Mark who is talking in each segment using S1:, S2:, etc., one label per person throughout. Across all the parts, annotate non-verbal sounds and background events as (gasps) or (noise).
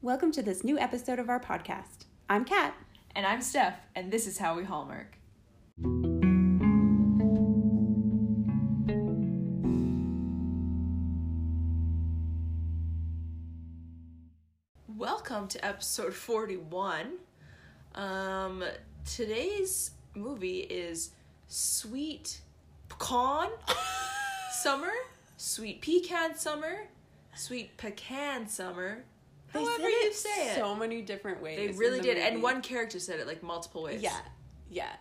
S1: Welcome to this new episode of our podcast. I'm Kat.
S2: And I'm Steph, and this is how we hallmark. Welcome to episode 41. Um, today's movie is Sweet Pecan Summer, Sweet Pecan Summer, Sweet Pecan Summer. However you say it.
S1: so many different ways.
S2: They
S1: in
S2: really
S1: the
S2: did, and
S1: movie.
S2: one character said it like multiple ways.
S1: Yeah, yeah.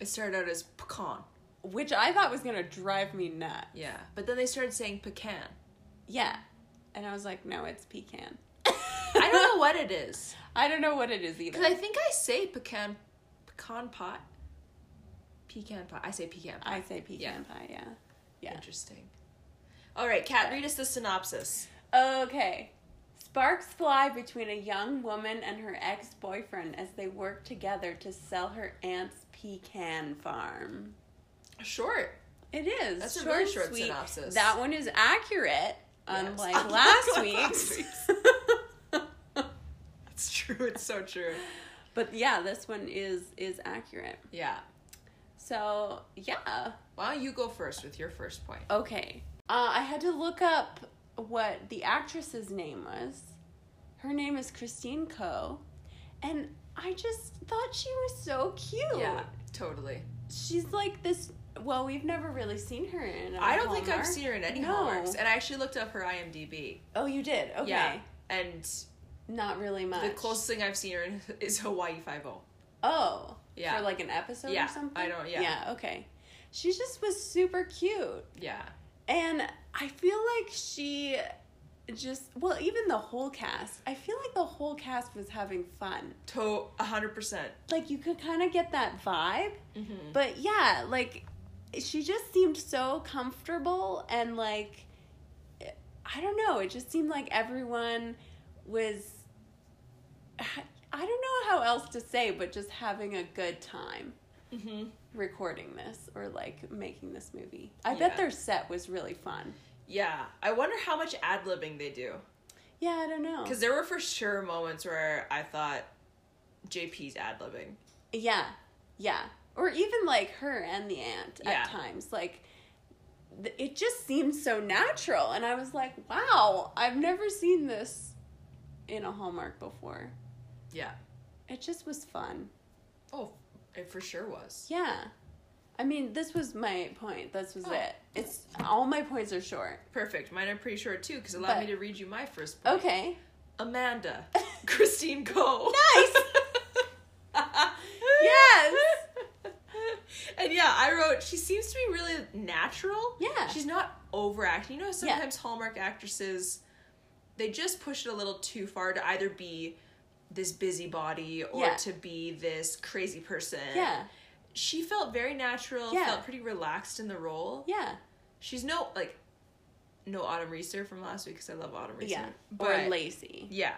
S2: it started out as pecan.
S1: Which I thought was gonna drive me nuts.
S2: Yeah, but then they started saying pecan.
S1: Yeah, and I was like, no, it's (laughs) pecan.
S2: I don't know what it (laughs) is
S1: I don't know what it is either.
S2: because I think I say pecan, pecan pot, pecan pot. I say pecan. Pot.
S1: I say pecan pie. Yeah. Yeah.
S2: Interesting. All right, Kat, read us the synopsis.
S1: Okay. Sparks fly between a young woman and her ex boyfriend as they work together to sell her aunt's pecan farm.
S2: Short.
S1: It is.
S2: That's a very short synopsis.
S1: That one is accurate,
S2: (laughs)
S1: unlike last
S2: Unlike
S1: week's.
S2: It's true. It's so true.
S1: (laughs) but yeah, this one is is accurate.
S2: (laughs) Yeah.
S1: So yeah.
S2: Why don't you go first with your first point?
S1: Okay. Uh, I had to look up what the actress's name was. Her name is Christine Coe, and I just thought she was so cute.
S2: Yeah, totally.
S1: She's like this. Well, we've never really seen her in. I
S2: I don't think I've seen her in any
S1: No.
S2: hallmarks, and I actually looked up her IMDb.
S1: Oh, you did. Okay.
S2: Yeah, and
S1: Not really much.
S2: the closest thing I've seen her in (laughs) is Hawaii Five O.
S1: Oh.
S2: Yeah.
S1: For like an episode
S2: Yeah,
S1: or something.
S2: I don't- yeah.
S1: Yeah. Okay. She just was super cute.
S2: Yeah.
S1: And I feel like she just well, even the whole cast. I feel like the whole cast was having fun.
S2: To a hundred percent.
S1: Like you could kind of get that vibe.
S2: Mm-hmm.
S1: But yeah, like she just seemed so comfortable and like I don't know, it just seemed like everyone was (sighs) I don't know how else to say, but just having a good time
S2: Mm-hmm.
S1: recording this or like making this movie. I
S2: Yeah.
S1: bet their set was really fun.
S2: Yeah. I wonder how much ad libbing they do.
S1: Yeah, I don't know.
S2: Because there were for sure moments where I thought JP's ad libbing.
S1: Yeah, yeah. Or even like her and the aunt
S2: Yeah.
S1: at times. Like, th- it just seemed so natural. And I was like, wow, I've never seen this in a Hallmark before.
S2: Yeah.
S1: It just was fun.
S2: Oh, it for sure was.
S1: Yeah. I mean, this was my point. This was
S2: Oh.
S1: it. It's all my points are short.
S2: Perfect. Mine are pretty short too, because allow
S1: But-
S2: me to read you my first point.
S1: Okay.
S2: Amanda. (laughs) Christine Cole. (laughs)
S1: Yes.
S2: and yeah, I wrote, she seems to be really natural.
S1: Yeah.
S2: She's not overacting. You know, sometimes Hallmark actresses, they just push it a little too far to either be this busybody or
S1: Yeah.
S2: to be this crazy person.
S1: Yeah.
S2: She felt very natural,
S1: Yeah.
S2: felt pretty relaxed in the role.
S1: Yeah.
S2: She's no, like, no Autumn Reeser from last week because I love Autumn Reeser.
S1: Yeah.
S2: But-
S1: or Lacey.
S2: yeah.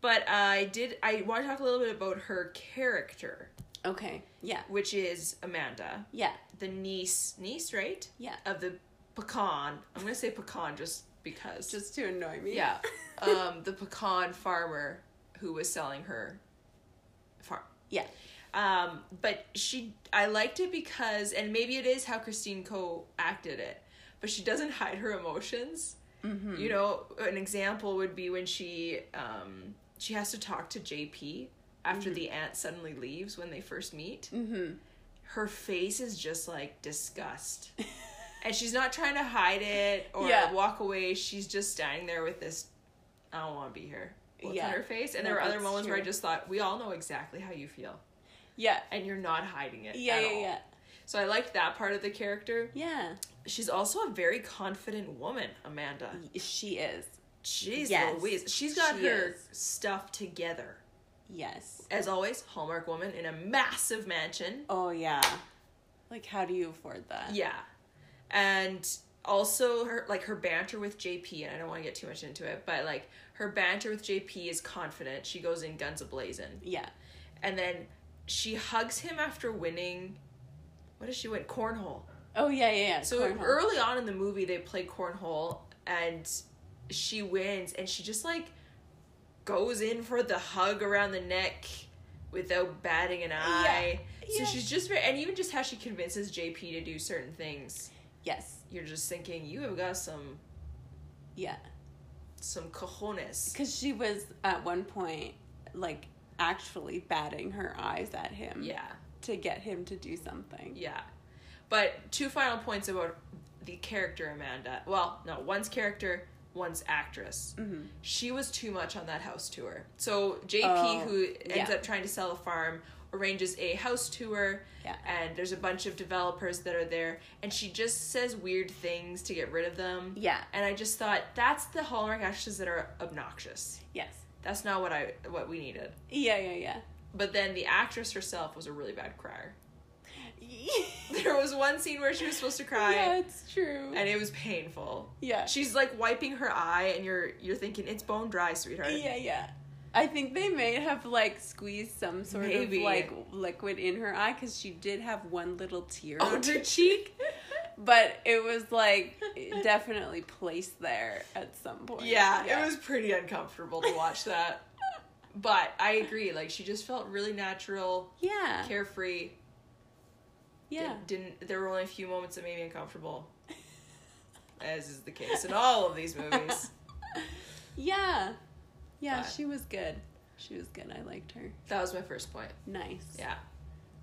S2: But I did. I want to talk a little bit about her character,
S1: Okay. Yeah.
S2: which is Amanda,
S1: Yeah.
S2: the niece, niece, right?
S1: Yeah.
S2: Of the pecan. I'm gonna say pecan just because.
S1: Just to annoy me.
S2: yeah. um, the pecan farmer who was selling her farm.
S1: (laughs) yeah.
S2: Um, but she, I liked it because, and maybe it is how Christine Co acted it, but she doesn't hide her emotions.
S1: Mm-hmm.
S2: You
S1: Hmm.
S2: know, an example would be when she, um, she has to talk to JP after
S1: Hmm.
S2: the aunt suddenly leaves when they first meet. Mm-hmm. Her face is just like
S1: (laughs)
S2: disgust. and she's not trying to hide it or
S1: Yeah.
S2: walk away. She's just standing there with this, I don't want to be here. Look
S1: Yeah.
S2: on her face. And
S1: No,
S2: there were other
S1: that's
S2: moments where I
S1: true.
S2: just thought, we all know exactly how you feel
S1: Yeah.
S2: and you're not hiding it.
S1: Yeah.
S2: at
S1: Yeah.
S2: all.
S1: Yeah.
S2: So I liked that part of the character.
S1: Yeah.
S2: She's also a very confident woman, Amanda.
S1: She is.
S2: Jeez
S1: Yes.
S2: Louise. She's got
S1: She
S2: her
S1: is.
S2: stuff together.
S1: Yes.
S2: As always, Hallmark woman in a massive mansion.
S1: Oh yeah. Like how do you afford that?
S2: Yeah. And also her like her banter with JP, and I don't want to get too much into it, but like her banter with JP is confident. She goes in guns a blazing.
S1: Yeah.
S2: And then she hugs him after winning what does she win? Cornhole.
S1: Oh yeah, yeah, yeah.
S2: So
S1: Cornhole.
S2: early on in the movie, they play cornhole, and she wins, and she just like goes in for the hug around the neck without batting an eye. So
S1: yeah.
S2: she's just very, and even just how she convinces JP to do certain things.
S1: Yes.
S2: You're just thinking you have got some
S1: Yeah.
S2: some cojones.
S1: Because she was at one point, like, actually batting her eyes at him
S2: Yeah,
S1: to get him to do something.
S2: yeah. But two final points about the character Amanda. Well, no, one's character, one's actress.
S1: Mhm.
S2: She was too much on that house tour. So JP,
S1: Oh,
S2: who
S1: yeah.
S2: ends up trying to sell a farm, arranges a house tour.
S1: Yeah.
S2: and there's a bunch of developers that are there and she just says weird things to get rid of them
S1: Yeah.
S2: and i just thought that's the hallmark actresses that are obnoxious
S1: Yes.
S2: that's not what i what we needed
S1: Yeah, yeah, yeah.
S2: but then the actress herself was a really bad crier (laughs)
S1: yeah, (laughs)
S2: there was one scene where she was supposed to cry
S1: it's true.
S2: and it was painful
S1: yeah.
S2: she's like wiping her eye and you're you're thinking it's bone dry sweetheart
S1: Yeah, yeah. I think they may have like squeezed some sort
S2: Maybe.
S1: of like liquid in her eye because she did have one little tear
S2: on her (laughs) cheek
S1: (laughs) but it was like definitely placed there at some point.
S2: yeah, it was pretty uncomfortable to watch that but i agree like she just felt really natural
S1: (laughs)
S2: Uh.
S1: Yeah,
S2: carefree
S1: yeah.
S2: Did, not there were only a few moments that made me uncomfortable, as is the case in all of these movies.
S1: Yeah. Yeah,
S2: But-
S1: she was good. She was good. I liked her.
S2: (laughs) that was my first point.
S1: Nice.
S2: Yeah.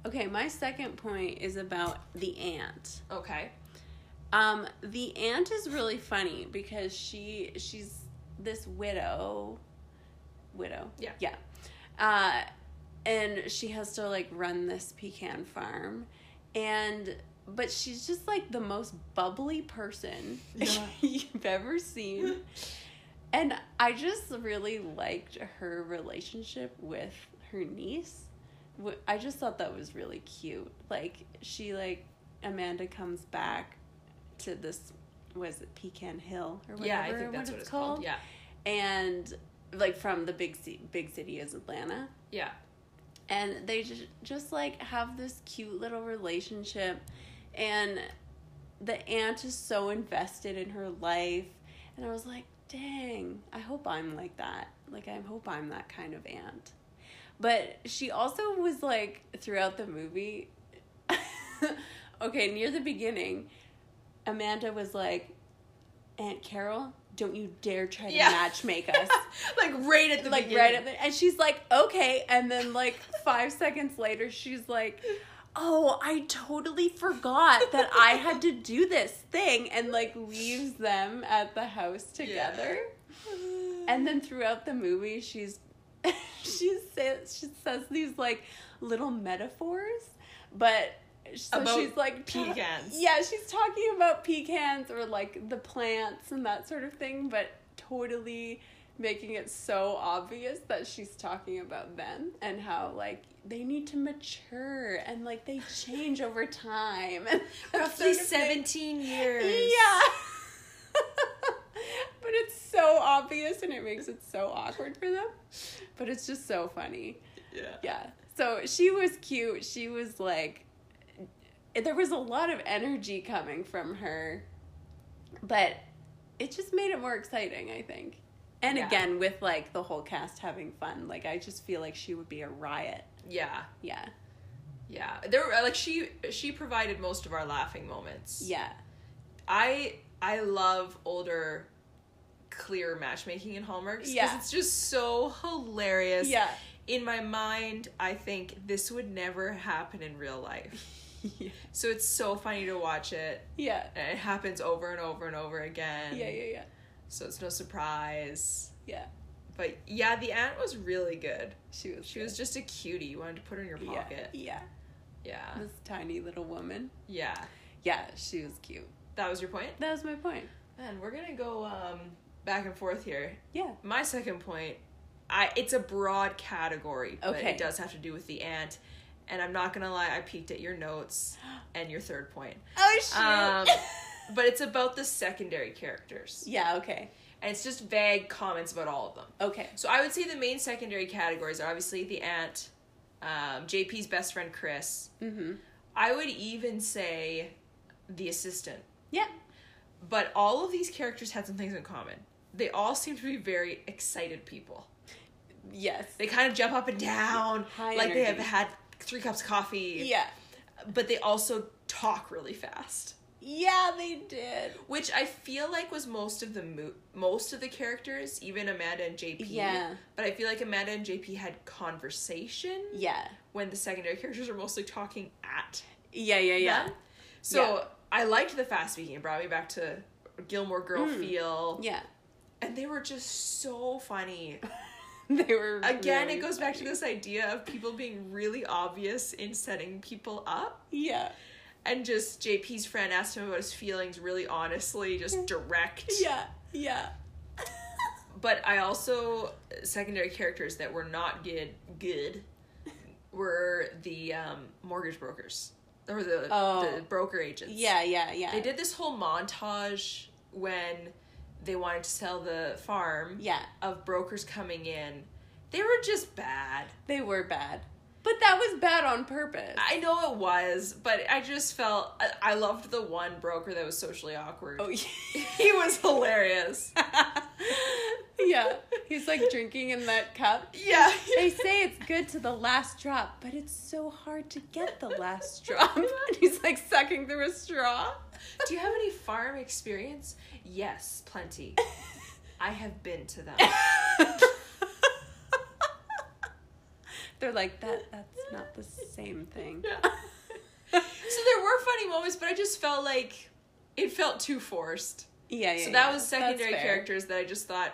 S1: Okay, my second point is about the ant.
S2: Okay.
S1: Um, the aunt is really funny because she she's this widow, widow.
S2: Yeah.
S1: yeah. Uh, and she has to like run this pecan farm, and but she's just like the most bubbly person
S2: Yeah.
S1: (laughs) you've ever
S2: (laughs)
S1: seen, and I just really liked her relationship with her niece. Wh- I just thought that was really cute. Like she like Amanda comes back to this was it Pecan Hill or whatever
S2: yeah, I think that's what, it's called. Yeah.
S1: and like from the big ci- big city is Atlanta
S2: Yeah.
S1: and they just just like have this cute little relationship and the aunt is so invested in her life and i was like dang i hope i'm like that like i hope i'm that kind of aunt but she also was like throughout the movie (laughs) okay near the beginning amanda was like aunt carol don't you dare try to
S2: Yeah.
S1: matchmake us
S2: (laughs) like right at the
S1: like
S2: beginning.
S1: right up there. And she's like, okay. And then like five seconds later, she's like, oh, I totally forgot that I had to do this thing, and like leaves them at the house
S2: Yeah.
S1: together. And
S2: (laughs)
S1: then throughout the movie, she's (laughs) she says she says these like little metaphors, but. So
S2: About
S1: she's like ta-
S2: pecans.
S1: Yeah, she's talking about pecans or like the plants and that sort of thing, but totally making it so obvious that she's talking about them and how like they need to mature and like they change over time (laughs) and that
S2: roughly
S1: sort of thing.
S2: seventeen years.
S1: Yeah. (laughs) but it's so obvious and it makes it so awkward for them. But it's just so funny.
S2: Yeah.
S1: Yeah. So she was cute. She was like, there was a lot of energy coming from her, but it just made it more exciting, I think. And
S2: Yeah.
S1: again, with like the whole cast having fun, like I just feel like she would be a riot.
S2: Yeah.
S1: Yeah.
S2: Yeah. There were like she she provided most of our laughing moments.
S1: Yeah.
S2: I I love older clear matchmaking in Hallmarks because
S1: Yeah.
S2: it's just so hilarious.
S1: Yeah.
S2: (laughs) in my mind, I think this would never happen in
S1: (laughs)
S2: real life.
S1: Yeah.
S2: So it's so funny to watch it.
S1: Yeah.
S2: And it happens over and over and over again.
S1: Yeah. Yeah.
S2: So it's no surprise.
S1: Yeah.
S2: But yeah, the aunt was really good.
S1: She was.
S2: She was just a cutie. You wanted to put her in your
S1: good.
S2: pocket.
S1: Yeah.
S2: Yeah.
S1: yeah. (laughs) This tiny little woman.
S2: Yeah.
S1: Yeah, she was cute.
S2: That was your point?
S1: That was my point.
S2: Man, we're gonna go um back and forth here.
S1: Yeah.
S2: My second point, I it's a broad category, but
S1: Okay.
S2: it does have to do with the aunt. And I'm not gonna lie, I peeked at your
S1: (gasps)
S2: notes and your third point.
S1: Oh
S2: Um,
S1: (laughs)
S2: but it's about the secondary characters.
S1: yeah. Okay.
S2: And it's just vague comments about all of them.
S1: Okay.
S2: So I would say the main secondary categories are obviously the aunt, um, JP's best friend Chris.
S1: Mm-hmm.
S2: I would even say the assistant.
S1: Yeah.
S2: But all of these characters had some things in common. They all seem to be very excited people.
S1: Yes.
S2: They kind of jump up and down,
S1: High
S2: like they have
S1: energy.
S2: had three cups of coffee.
S1: Yeah.
S2: But they also talk really fast,
S1: Yeah, they did.
S2: which I feel like was most of the mo- most of the characters, even Amanda and JP.
S1: Yeah.
S2: But I feel like Amanda and JP had conversation
S1: Yeah.
S2: when the secondary characters are mostly talking at
S1: Yeah, yeah, yeah.
S2: them. So I liked the fast speaking. It brought me back to Gilmore Girl feel,
S1: Mm. Yeah.
S2: and they were just so funny.
S1: (laughs) They were
S2: Again,
S1: really
S2: it goes back to
S1: funny.
S2: this idea of people being really obvious in setting people up.
S1: Yeah.
S2: And just JP's friend asked him about his feelings really honestly, just direct.
S1: Yeah. (laughs) Yeah.
S2: But I also secondary characters that were not good
S1: (laughs)
S2: good were the um, mortgage brokers or the,
S1: Oh.
S2: the broker agents.
S1: yeah, yeah, yeah.
S2: They did this whole montage when they wanted to sell the farm
S1: Yeah.
S2: of brokers coming in. They were just bad.
S1: They were bad. But that was bad on purpose.
S2: I know it was, but I just felt I, I loved the one broker that was socially awkward.
S1: oh (laughs) yeah.
S2: (laughs) He was hilarious.
S1: (laughs) yeah. He's like drinking in that cup.
S2: yeah. (laughs)
S1: They say it's good to the last drop, but it's so hard to get the last
S2: (laughs)
S1: drop. And he's like sucking through a straw.
S2: Do you have any farm experience? Yes,
S1: (laughs)
S2: plenty. I have been to them.
S1: They're like that. That's not the same thing.
S2: Yeah. So there were funny moments, but I just felt like it felt too forced.
S1: (laughs) yeah, yeah.
S2: So
S1: yeah.
S2: that was
S1: That's
S2: secondary
S1: fair.
S2: characters that I just thought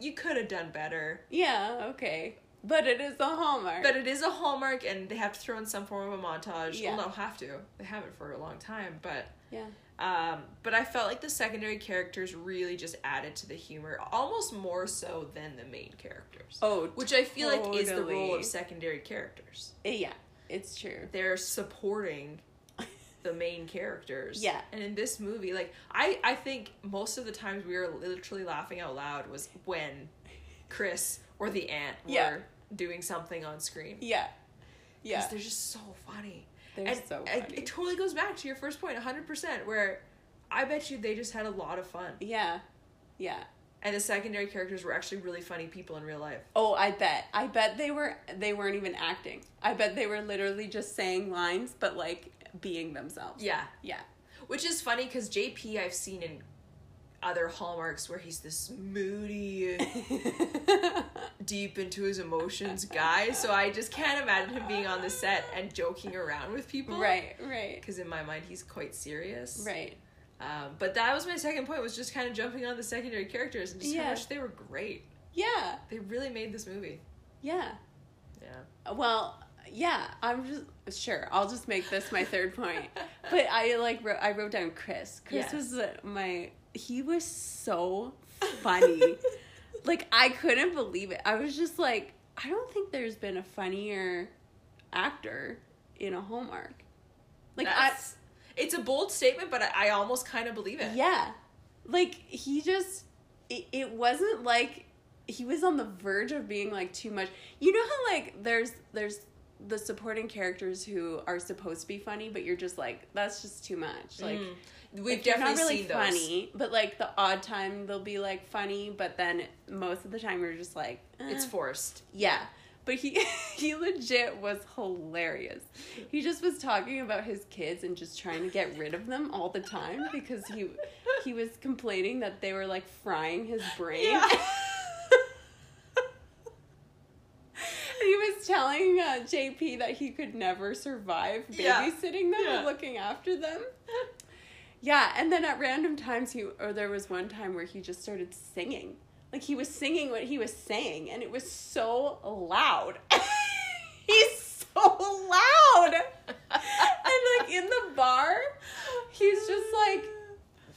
S2: you could have done better.
S1: Yeah. Okay. But it is a hallmark.
S2: But it is a hallmark, and they have to throw in some form of a montage.
S1: Yeah.
S2: Well, no, have to. They haven't for a long time, but
S1: yeah.
S2: um, but I felt like the secondary characters really just added to the humor, almost more so than the main characters.
S1: Oh,
S2: Which I feel like is the role
S1: totally.
S2: of secondary characters.
S1: Yeah. It's true. (laughs)
S2: They're supporting the main characters.
S1: Yeah.
S2: And in this movie, like I, I think most of the times we were literally laughing out loud was when Chris or the aunt were
S1: Yeah.
S2: doing something on screen.
S1: Yeah. Yeah.
S2: Because they're just so funny.
S1: They're
S2: and
S1: so
S2: I-
S1: funny.
S2: it totally goes back to your first point, 100%, where I bet you they just had a lot of fun.
S1: Yeah. Yeah.
S2: And the secondary characters were actually really funny people in real life.
S1: Oh, I bet. I bet they were they weren't even acting. I bet they were literally just saying lines but like being themselves.
S2: Yeah.
S1: Yeah. (laughs)
S2: Which is funny because JP, I've seen in other hallmarks where he's this moody,
S1: (laughs)
S2: deep into his emotions guy. So I just can't imagine him being on the set and joking around with people.
S1: right, right.
S2: Because in my mind, he's quite serious.
S1: Right.
S2: Um, but that was my second point, was just kind of jumping on the secondary characters and just
S1: Yeah.
S2: how much they were great.
S1: Yeah.
S2: They really made this movie.
S1: Yeah.
S2: Yeah.
S1: Well, yeah, I'm just sure. I'll just make this my third point. But I like wrote, I wrote down Chris. Chris
S2: Yes.
S1: was uh, my he was so
S2: (laughs)
S1: funny. like I couldn't believe it. I was just like, I don't think there's been a funnier actor in a Hallmark. Like
S2: That's, it's a bold statement, but I, I almost kind of believe
S1: I
S2: it.
S1: yeah. Like he just it, it wasn't like he was on the verge of being like too much. You know how like there's there's the supporting characters who are supposed to be funny, but you're just like that's just too much. Like
S2: Mm. We've
S1: like, they're
S2: definitely
S1: not really
S2: seen those.
S1: funny, but like the odd time they'll be like funny, but then most of the time you're just like eh.
S2: It's forced.
S1: Yeah. But he (laughs) he legit was hilarious. He just was talking about his kids and just trying to get rid of them all the time because he he was complaining that they were like frying his brain. (laughs)
S2: Yeah. (laughs)
S1: And he was telling uh, JP that he could never survive
S2: Yeah.
S1: babysitting them
S2: Yeah.
S1: or looking after them. Yeah, and then at random times he or there was one time where he just started singing. Like he was singing what he was saying and it was so loud. (laughs) He's so loud. (laughs) and like in the bar, he's just like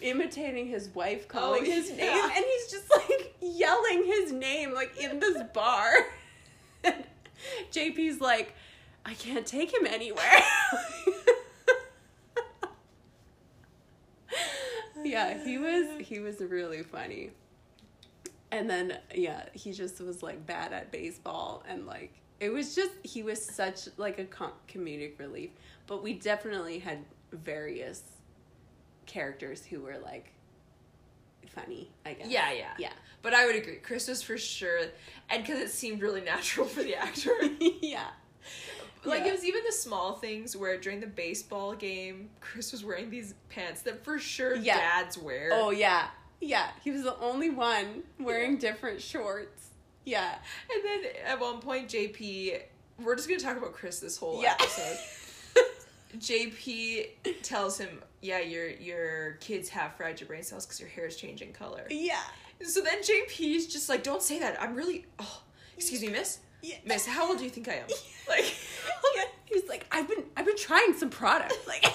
S1: imitating his wife calling
S2: Oh,
S1: his
S2: yeah.
S1: name and he's just like yelling his name like in this bar. (laughs) And JP's like, I can't take him anywhere. (laughs) yeah, he was he was really funny. And then yeah, he just was like bad at baseball and like it was just he was such like a com- comedic relief, but we definitely had various characters who were like funny, I guess.
S2: Yeah, yeah. (laughs)
S1: Yeah. (laughs)
S2: But I would agree. Chris was for sure, and because it seemed really natural
S1: (laughs)
S2: for the actor.
S1: yeah.
S2: like
S1: Yeah.
S2: it was even the small things where during the baseball game, Chris was wearing these pants that for sure
S1: Yeah.
S2: dads wear.
S1: Oh yeah. Yeah. He was the only one wearing different shorts. Yeah.
S2: And then at one point, JP, we're just gonna talk about Chris this whole
S1: Yeah.
S2: episode. JP tells him, "Yeah, your your kids have fried your brain cells because your hair is changing color."
S1: (laughs) yeah.
S2: So then JP's just like, "Don't say that. I'm really. Oh, excuse me, miss.
S1: Yeah.
S2: Miss, how old do you think I
S1: (laughs)
S2: am?" (laughs) Like,
S1: yeah. He was like, I've been I've been trying some product. (laughs) Like
S2: (laughs)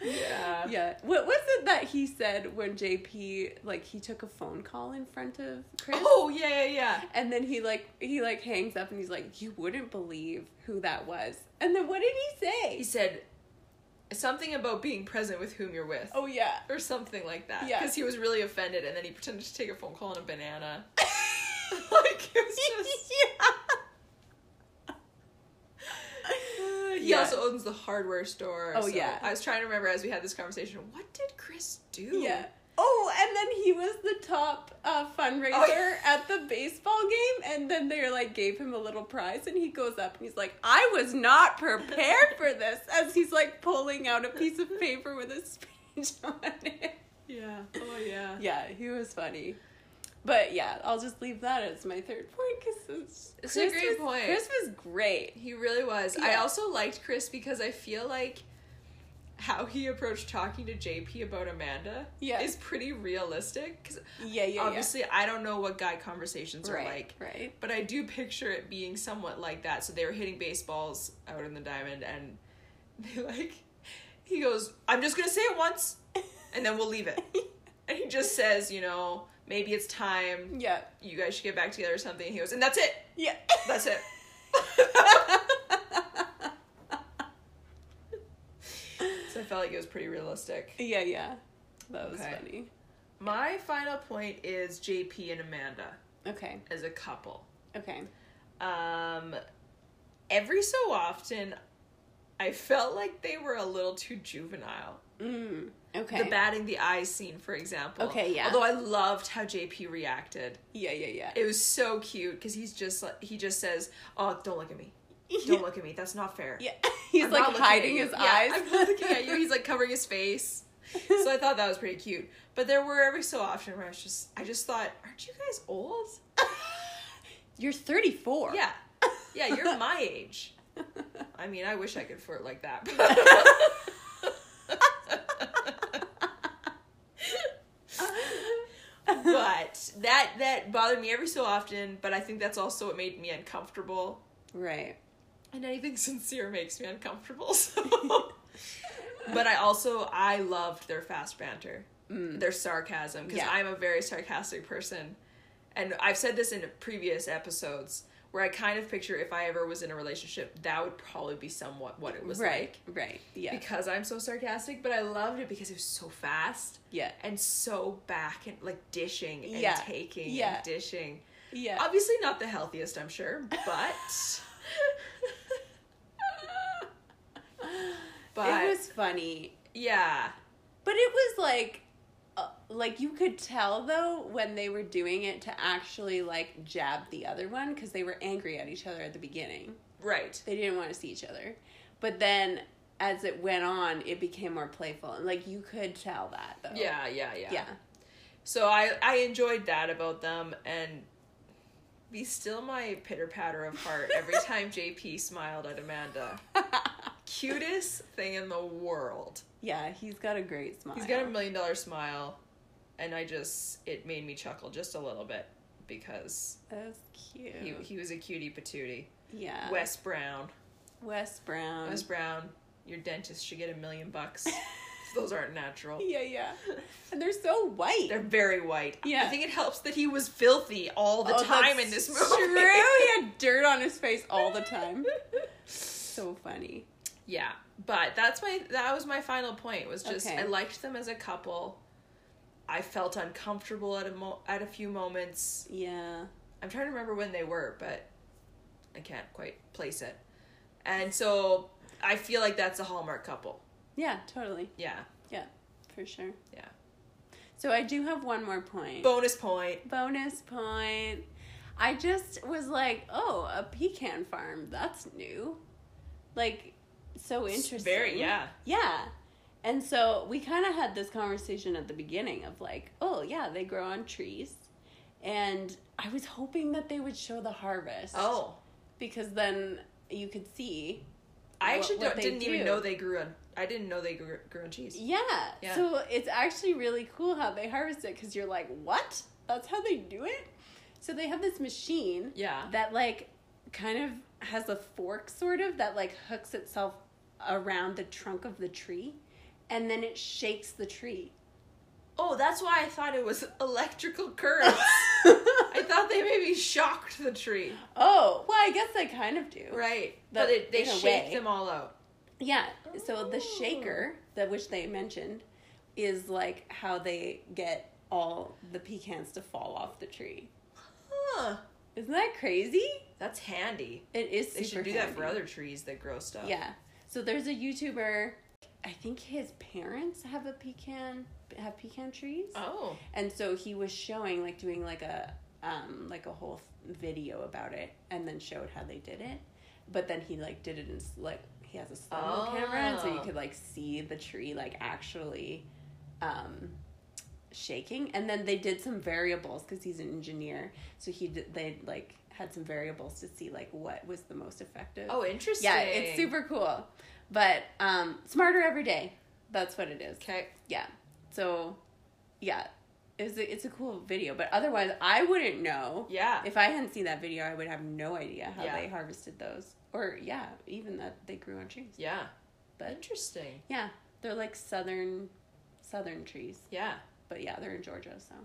S2: yeah.
S1: Yeah. What was it that he said when JP like he took a phone call in front of Chris?
S2: Oh yeah, yeah, yeah.
S1: And then he like he like hangs up and he's like, You wouldn't believe who that was. And then what did he say?
S2: He said something about being present with whom you're with.
S1: oh
S2: (laughs)
S1: yeah. (laughs)
S2: Or something like that.
S1: Yeah.
S2: Because he was really offended and then he pretended to take a phone call on a banana. (laughs) like, it was
S1: (laughs)
S2: just. He
S1: Yeah.
S2: also owns the hardware store.
S1: Oh,
S2: so
S1: yeah.
S2: I was trying to remember as we had this conversation what did Chris do?
S1: Yeah. Oh, and then he was the top uh, fundraiser
S2: Oh, yeah.
S1: (laughs) at the baseball game, and then they like gave him a little prize, and he goes up and he's like, "I was not prepared for this," as he's like pulling out a piece of paper with a speech (laughs) on it.
S2: Yeah. Oh, yeah.
S1: Yeah, he was funny, but yeah, I'll just leave that as my third point because it's,
S2: It's a great
S1: was,
S2: point.
S1: Chris was great.
S2: He really was. I
S1: Yeah.
S2: also liked Chris because I feel like how he approached talking to JP about Amanda
S1: Yeah.
S2: is pretty realistic. 'Cause
S1: Yeah, yeah,
S2: obviously I don't know what guy conversations
S1: yeah.
S2: are
S1: Right,
S2: like.
S1: right.
S2: But I do picture it being somewhat like that. So they were hitting baseballs out in the diamond and (laughs) they like he goes, I'm just gonna say it once and then we'll leave it. And he just says, you know, maybe it's time
S1: (laughs) yeah,
S2: you guys should get back together or something. he goes, and that's it.
S1: yeah.
S2: That's it. so I felt like it was pretty realistic.
S1: (laughs) yeah, yeah. That was
S2: Okay.
S1: funny.
S2: My final point is JP and Amanda
S1: Okay,
S2: as a couple.
S1: okay.
S2: Um, every so often, I felt like they were a little too juvenile.
S1: Mm, okay.
S2: The batting the eyes scene, for example.
S1: Okay, yeah.
S2: Although I loved how JP reacted.
S1: Yeah, yeah, yeah.
S2: It was so cute because he's just like he just says, "Oh, don't look at me.
S1: (laughs)
S2: Don't look at me. That's not fair."
S1: yeah. (laughs) He's
S2: I'm
S1: like
S2: not looking at
S1: hiding
S2: you.
S1: his
S2: Yeah,
S1: eyes.
S2: I'm not looking at you.
S1: (laughs)
S2: He's like covering his face. So I thought that was pretty cute. But there were every so often where I was just, I just thought, aren't you guys old?
S1: You're 34.
S2: Yeah, yeah, you're my age. I mean, I wish I could flirt like that. (laughs) but that that bothered me every so often. But I think that's also what made me uncomfortable.
S1: (laughs) right.
S2: and anything (laughs) sincere makes me uncomfortable. So. (laughs) but I also I loved their fast banter, their sarcasm because
S1: Mm. Yeah.
S2: I'm a very sarcastic person, and I've said this in previous episodes where I kind of picture if I ever was in a relationship that would probably be somewhat what it was
S1: Right.
S2: like
S1: Right. Yeah.
S2: because I'm so sarcastic. But I loved it because it was so fast
S1: yeah.
S2: and so back and like dishing and
S1: Yeah.
S2: taking
S1: Yeah.
S2: and dishing.
S1: Yeah.
S2: Obviously not the healthiest, I'm sure,
S1: (laughs)
S2: but but
S1: it was funny.
S2: yeah,
S1: But it was like uh, like you could tell though when they were doing it to actually like jab the other one cuz they were angry at each other at the beginning.
S2: right.
S1: They didn't want to see each other. But then as it went on, it became more playful and like you could tell that though.
S2: Yeah, yeah, yeah.
S1: Oh. Yeah. (laughs)
S2: So I I enjoyed that about them and be still my pitter patter of heart
S1: (laughs)
S2: every time JP smiled at Amanda. Cutest thing in the world.
S1: Yeah, he's got a great smile.
S2: He's got a million dollar smile, and I just it made me chuckle just a little bit because
S1: That's cute.
S2: he he was a cutie patootie.
S1: yeah.
S2: Wes Brown.
S1: Wes Brown.
S2: Wes Brown, your dentist should get a million bucks. Those aren't natural.
S1: (laughs) yeah, yeah. And they're so white.
S2: They're very white.
S1: Yeah.
S2: I think it helps that he was filthy all the
S1: Oh,
S2: time
S1: that's
S2: in this movie.
S1: (laughs) True. He
S2: (laughs)
S1: had dirt on his face all the time. So funny.
S2: yeah. But that's my that was my final point was just
S1: Okay.
S2: I liked them as a couple. I felt uncomfortable at a mo- at a few moments.
S1: Yeah.
S2: I'm trying to remember when they were, but I can't quite place it. And so I feel like that's a hallmark couple.
S1: Yeah, totally.
S2: Yeah.
S1: Yeah. for sure.
S2: Yeah.
S1: So I do have one more point.
S2: Bonus point.
S1: Bonus point. I just was like, oh, a pecan farm. That's new. Like, so Oh, interesting.
S2: It's Very yeah.
S1: Yeah. And so we kind of had this conversation at the beginning of like, oh, yeah, they grow on trees. And I was hoping that they would show the harvest.
S2: Oh,
S1: Because then you could see.
S2: I
S1: What-
S2: actually
S1: what
S2: don't,
S1: they
S2: didn't even
S1: do.
S2: know they grew on. I didn't know they grew, grew on cheese.
S1: Yeah.
S2: Yeah.
S1: So it's actually really cool how they harvest it because you're like, what? That's how they do it? So they have this machine
S2: Yeah.
S1: that like kind of has a fork sort of that like hooks itself around the trunk of the tree and then it shakes the
S2: (laughs)
S1: tree.
S2: Oh, that's why I thought it was
S1: (laughs)
S2: electrical currents. I thought they maybe shocked the tree.
S1: Oh, well, I guess I kind of do.
S2: Right.
S1: But
S2: But, it, they
S1: in a
S2: shake
S1: way.
S2: them all out.
S1: Yeah. So the shaker, that which they mentioned, is like how they get all the pecans to fall off the tree.
S2: Huh.
S1: Isn't that crazy?
S2: That's handy.
S1: It is
S2: They
S1: super.
S2: should do that for
S1: handy.
S2: other trees that grow stuff.
S1: Yeah. So there's a YouTuber. I think his parents have a pecan have pecan trees,
S2: Oh.
S1: and so he was showing like doing like a um like a whole video about it, and then showed how they did it. But then he like did it in s- like he has a slow mo camera, and so you
S2: Oh.
S1: could like see the tree like actually um shaking. And then they did some variables because he's an engineer, so he did, they like had some variables to see like what was the most effective.
S2: Oh, interesting.
S1: Yeah, it's super cool. But um, smarter every day. That's what it is.
S2: Okay.
S1: Yeah. So, yeah, it's a, it's a cool video. But otherwise, I wouldn't know.
S2: Yeah.
S1: If I hadn't seen that video, I would have no idea how
S2: Yeah.
S1: they harvested those, or yeah, even that they grew on trees.
S2: Yeah.
S1: But
S2: Interesting.
S1: yeah, they're like southern southern trees.
S2: Yeah.
S1: But yeah, they're in Georgia. So,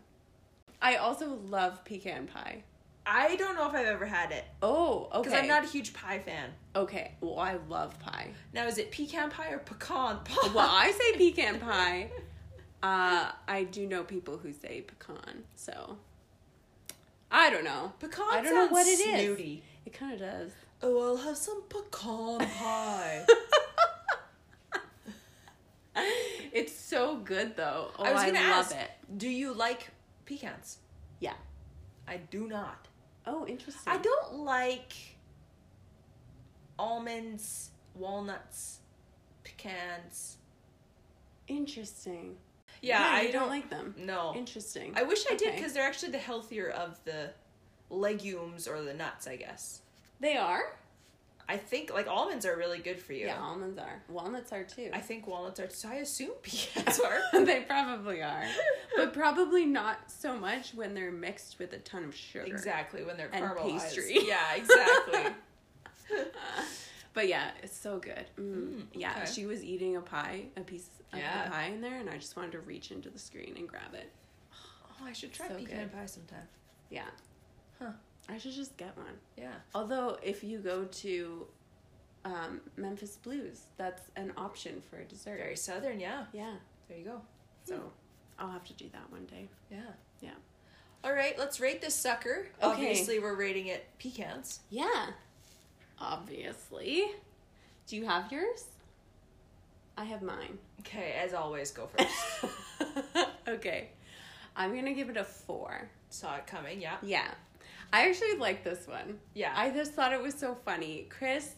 S1: I also love pecan pie.
S2: I don't know if I've ever had it
S1: Oh, okay.
S2: because I'm not a huge pie fan.
S1: okay. Well, I love pie.
S2: Now, is it pecan pie or pecan pie?
S1: Well, I say pecan pie. Uh, I do know people who say pecan, so I don't know.
S2: (laughs) Pecan
S1: I don't know
S2: sounds
S1: what it is.
S2: snooty.
S1: It kind of does.
S2: Oh, I'll have some
S1: (laughs)
S2: pecan pie.
S1: Oh, it's so good though. Oh, I,
S2: I was gonna
S1: love
S2: ask,
S1: it.
S2: do you like pecans?
S1: Yeah.
S2: I do not.
S1: Oh, interesting.
S2: I don't like almonds, walnuts, pecans.
S1: Interesting.
S2: Yeah, I
S1: you
S2: don't,
S1: don't like them.
S2: No,
S1: Interesting.
S2: I wish I did
S1: Okay.
S2: because they're actually the healthier of the legumes or the nuts, I guess.
S1: they are.
S2: I think like almonds are really good for you.
S1: Yeah. almonds are. Walnuts are too.
S2: I think walnuts are. So I assume (laughs) pecans
S1: (laughs)
S2: are.
S1: they probably
S2: (laughs)
S1: are, (laughs) but probably not so much when they're mixed with a ton of sugar.
S2: exactly when they're
S1: And
S2: caramelized.
S1: pastry. (laughs)
S2: Yeah, exactly.
S1: But yeah, it's so good. Mm.
S2: Mm,
S1: yeah,
S2: okay.
S1: she was eating a pie, a piece of
S2: Yeah.
S1: the pie in there, and I just wanted to reach into the screen and grab it.
S2: oh, I should try
S1: So
S2: pecan
S1: good.
S2: pie sometime.
S1: Yeah.
S2: Huh.
S1: I should just get one.
S2: Yeah.
S1: Although, if you go to um, Memphis Blues, that's an option for a dessert.
S2: Very Hmm. southern, yeah.
S1: Yeah.
S2: There you go.
S1: So I'll have to do that one day.
S2: Yeah.
S1: Yeah.
S2: All right, let's rate this sucker.
S1: Okay.
S2: Obviously, we're rating it pecans.
S1: Yeah. Obviously. Do you have yours? I have mine. (laughs)
S2: Okay, as always, go first.
S1: okay. I'm going to give it a four.
S2: Saw it coming, yeah.
S1: Yeah. I actually like this one.
S2: Yeah.
S1: I just thought it was so funny. Chris,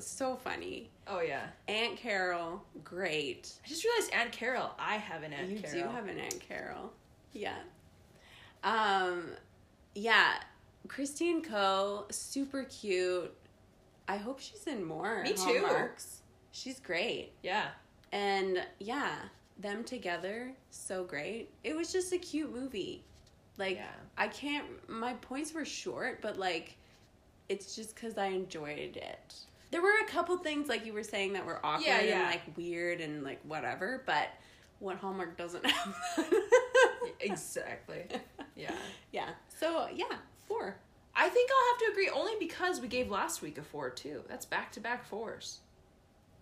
S1: so funny.
S2: oh, yeah.
S1: Aunt Carol, great.
S2: I just realized Aunt Carol. I have an Aunt
S1: you
S2: Carol.
S1: do have an Aunt Carol. Yeah. Um yeah, Christine Coe, super cute. I hope she's in more.
S2: Me too.
S1: Hallmarks. She's great.
S2: Yeah.
S1: And yeah, them together, so great. It was just a cute movie. Like
S2: Yeah.
S1: I can't my points were short, but like it's just cuz I enjoyed it. There were a couple things like you were saying that were awkward
S2: Yeah,
S1: and
S2: yeah.
S1: like weird and like whatever, but what Hallmark doesn't (laughs) have.
S2: Exactly. E-, yeah.
S1: (laughs) yeah. So, yeah, 4.
S2: I think I'll have to agree only because we gave last week a four, too. That's back to back fours.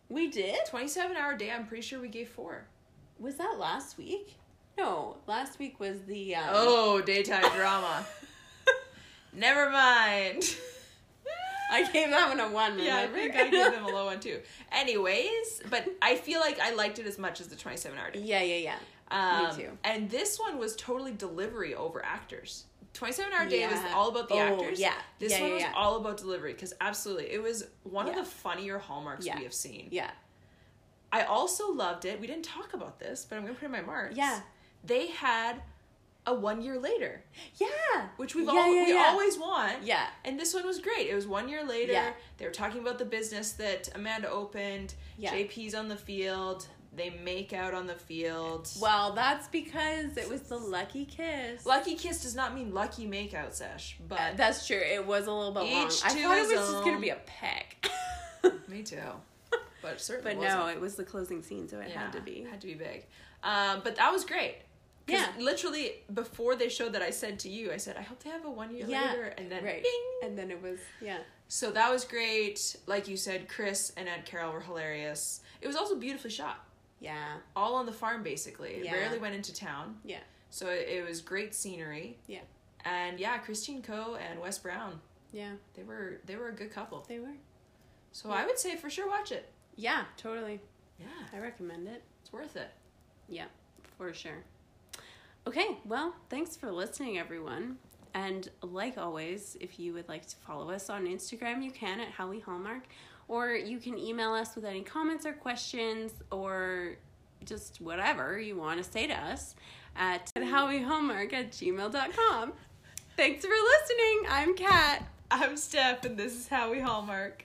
S1: We did?
S2: 27 hour day, I'm pretty sure we gave four.
S1: Was that last week? No, last week was the um, (laughs)
S2: (laughs) Oh, daytime drama. Never mind.
S1: (laughs) I gave that one a one.
S2: Yeah, I
S1: remember?
S2: think I gave them a low one too. Anyways, but I feel like I liked it as much as the 27 Artists.
S1: (laughs) Yeah, yeah, yeah.
S2: Um,
S1: too.
S2: And this one was totally delivery over actors. 27 Hour Day was
S1: Yeah.
S2: all about the
S1: Oh,
S2: actors.
S1: yeah.
S2: This
S1: Yeah,
S2: one
S1: yeah,
S2: was
S1: yeah.
S2: all about delivery because absolutely. It was one of
S1: Yeah.
S2: the funnier hallmarks
S1: Yeah.
S2: we have seen.
S1: Yeah.
S2: I also loved it. We didn't talk about this, but I'm going to put in my marks.
S1: Yeah.
S2: They had a one year later,
S1: Yeah.
S2: which we've
S1: Yeah,
S2: all,
S1: yeah,
S2: we
S1: yeah.
S2: always want.
S1: Yeah.
S2: And this one was great. It was one year later.
S1: Yeah.
S2: They were talking about the business that Amanda opened.
S1: Yeah.
S2: JP's on the field. They make out on the field.
S1: Well, that's because it was the lucky kiss.
S2: Lucky kiss does not mean lucky makeout sesh, but
S1: Uh, that's true. It was a little bit
S2: Each
S1: long. I
S2: to
S1: thought it was
S2: his
S1: just going
S2: own.
S1: to be a (laughs) peck.
S2: me too. But it certainly,
S1: but no,
S2: wasn't.
S1: it was the closing scene, so it
S2: Yeah,
S1: had to be.
S2: had to be big. Um, but that was great. 'Cause
S1: Yeah.
S2: literally before they showed that, I said to you, I said, I hope they have a one year
S1: Yeah,
S2: later, and then
S1: right.
S2: bing.
S1: And then it was, yeah.
S2: So that was great. Like you said, Chris and Aunt Carol were hilarious. It was also beautifully shot,
S1: Yeah.
S2: all on the farm basically. It
S1: Yeah.
S2: Rarely went into town,
S1: Yeah.
S2: so it, it was great scenery.
S1: Yeah.
S2: And yeah, Christine Coe and Wes Brown,
S1: Yeah.
S2: they were they were a good couple.
S1: They were.
S2: So I would say for sure watch it.
S1: Yeah, totally.
S2: Yeah.
S1: I recommend it.
S2: It's worth it.
S1: Yeah, for sure. Okay, well, thanks for listening, everyone. And like always, if you would like to follow us on Instagram, you can at How We Hallmark, or you can email us with any comments or questions or just whatever you want to say to us at howwehallmark at gmail.com. Thanks for listening. I'm Kat.
S2: I'm Steph, and this is how we hallmark.